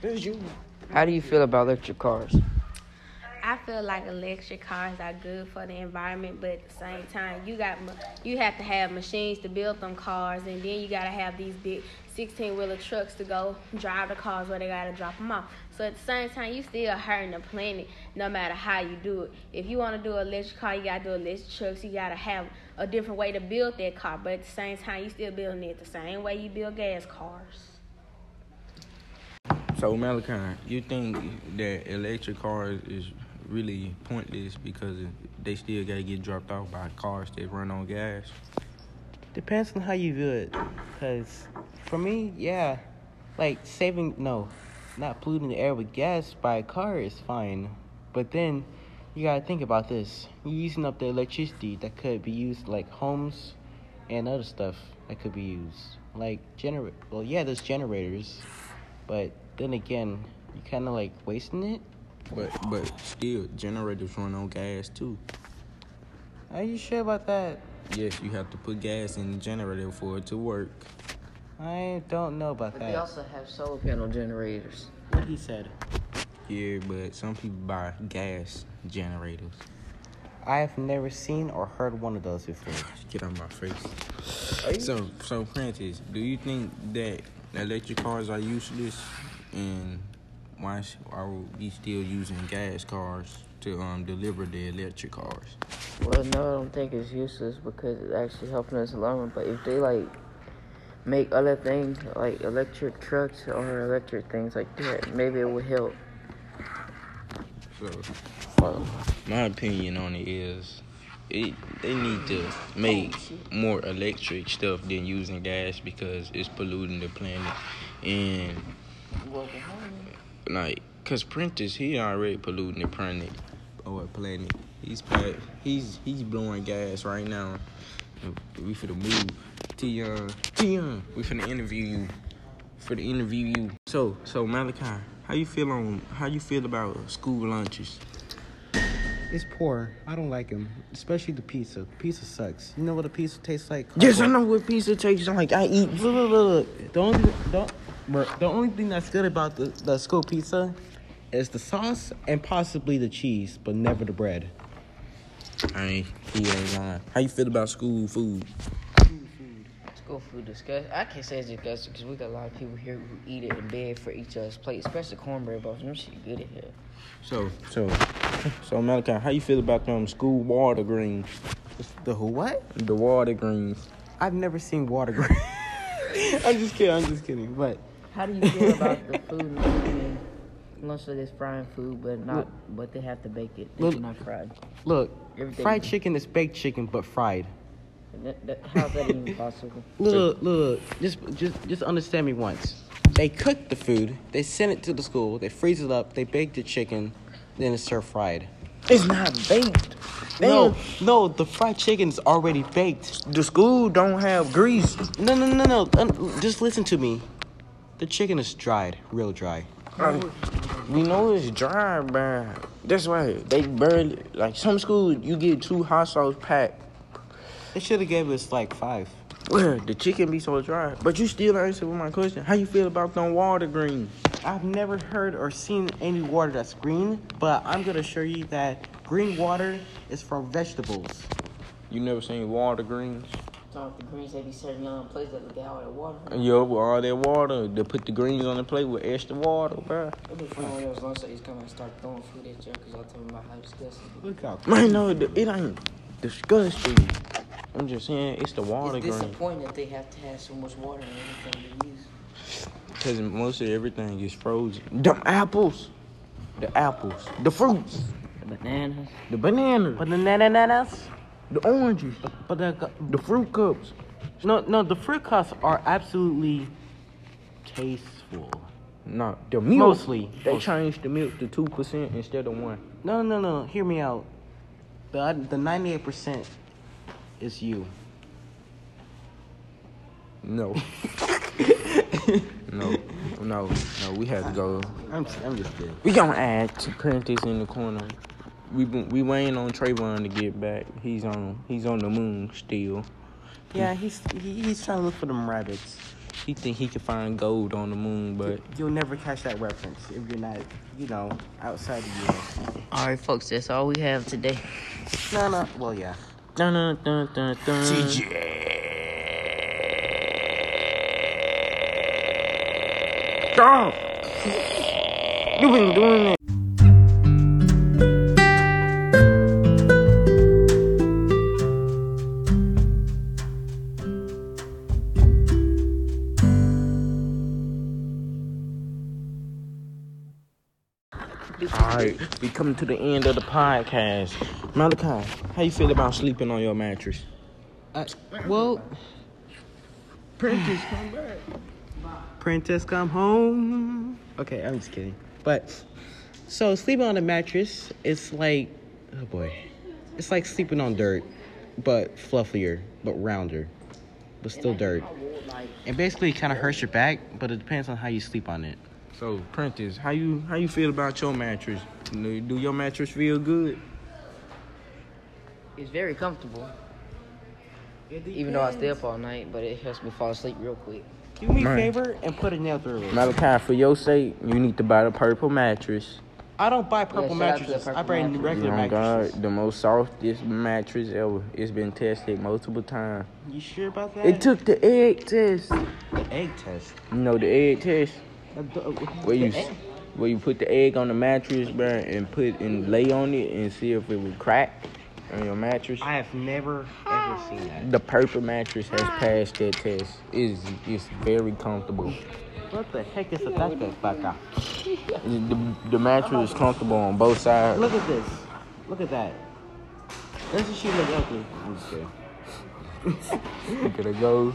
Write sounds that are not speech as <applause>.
This you. How do you feel about electric cars? I feel like electric cars are good for the environment, but at the same time, you got ma- you have to have machines to build them cars, and then you gotta have these big sixteen wheeler trucks to go drive the cars where they gotta drop them off. So at the same time, you still hurting the planet, no matter how you do it. If you wanna do electric car, you gotta do electric trucks. You gotta have a different way to build that car, but at the same time, you still building it the same way you build gas cars. So Malachi, you think that electric cars is really pointless because they still gotta get dropped off by cars that run on gas? Depends on how you view it. Because for me, yeah. Like saving, no, not polluting the air with gas by a car is fine. But then you gotta think about this. You're using up the electricity that could be used like homes and other stuff that could be used. Like, gener- well, yeah, there's generators. But then again, you kind of like wasting it. But but still, generators run on gas too. Are you sure about that? Yes, you have to put gas in the generator for it to work. I don't know about But that. they also have solar panel generators. what he said. Yeah, but some people buy gas generators. I've never seen or heard one of those before. Get out of my face. So so Francis, do you think that electric cars are useless and why sh- are we still using gas cars to um deliver the electric cars? Well, no, I don't think it's useless because it's actually helping us along. But if they like make other things like electric trucks or electric things like that, maybe it would help. So my opinion on it is it they need to make more electric stuff than using gas because it's polluting the planet and like cause Prentice he already polluting the planet or planet. He's pa- he's he's blowing gas right now. We finna move. Tion, Tion, we finna interview you. For the interview you. So so Malachi, how you feel on how you feel about school lunches? It's poor. I don't like them, especially the pizza. Pizza sucks. You know what a pizza tastes like? Yes, I know what pizza tastes like. I eat. Look, look, look, look. The only, the, bruh, the only thing that's good about the, the school pizza is the sauce and possibly the cheese, but never the bread. I ain't. He ain't lying. How you feel about school food? School food disgust. I can't say it's disgusting because we got a lot of people here who eat it and beg for each other's plate, especially cornbread balls. Them shit good in here. So so so Malachi, how you feel about them school water greens? The who what? The water greens. I've never seen water green. <laughs> I'm just kidding. I'm just kidding. But How do you <laughs> feel about the food? I mean, lunch that is frying food, but not, but they have to bake it. It's Look- not fried. look, Everything- fried chicken is baked chicken, but fried. That- that- how's that even possible? Look, look, just, just, just understand me once. They cook the food, they send it to the school, they freeze it up, they bake the chicken, then it's served fried. It's not baked. No, no, the fried chicken's already baked. The school don't have grease. No, no, no, no. Un- just listen to me. The chicken is dried, real dry. We know it's dry, man. That's why they barely like some schools. You get two hot sauce pack. They should have gave us like five. Well, the chicken be so dry, but you still answer with my question. How you feel about them water greens? I've never heard or seen any water that's green, but I'm gonna assure you that green water is for vegetables. You never seen water greens? Talking the greens, they be serving on plates that look out of the water. Yo, with all that water, they put the greens on the plate with extra water, bruh. It'd be funny when those lunch ladies come and start throwing food at you because y'all talking about how disgusting. Look out. Man, no, it it ain't disgusting. I'm just saying, it's the water It's green. disappointing that they have to have so much water and everything they use. Because most of everything is frozen. Them apples, the apples, the fruits, Bananas. the bananas, But the bananas, the oranges, but the the fruit cups. No, no, the fruit cups are absolutely tasteful. No, the milk. Mostly. They Mostly. changed the milk to 2% instead of 1 No, no, no, no. Hear me out. The oth- the ninety eight percent is you. <laughs> No. no, no, no, we have to go. I'm just, I'm just kidding. We gonna add to Prentice in the corner. We been- we waiting on Trayvon to get back. He's on he's on the moon still. Yeah, he's he, he's trying to look for them rabbits. he think he can find gold on the moon, but You'll never catch that reference if you're not, you know, outside of you. All right, folks, that's all we have today. No, no. Well, yeah. Dun, dun, dun, dun, dun. Go! You've been doing it. Alright, we coming to the end of the podcast. Malachi, how you feel about sleeping on your mattress? Uh, well, Prentice, come back. Prentice, come home. Okay, I'm just kidding. But so sleeping on a mattress, it's like, oh boy, it's like sleeping on dirt, but fluffier, but rounder, but still dirt. And basically, it kind of hurts your back, but it depends on how you sleep on it. So, Prentice, how you how you feel about your mattress? Do do your mattress feel good? It's very comfortable, even though I stay up all night, but it helps me fall asleep real quick. do me a Right. favor and put a nail through it. Malachi, for your sake, you need to buy the purple mattress. I don't buy purple shout out to the mattresses. I purple buy mattress. regular oh mattresses. God, the most softest mattress ever. It's been tested multiple times. You sure about that? It took the egg test. the egg test. You know the egg test where you s- where you put the egg on the mattress, bro, and put and lay on it and see if it would crack on your mattress. I have never ever seen that. The purple mattress has passed that test. It's it's very comfortable. What the heck is a backpacker? The, the mattress is comfortable on both sides. Look at this. Look at that. Doesn't she look ugly? I'm just kidding. Look at it go.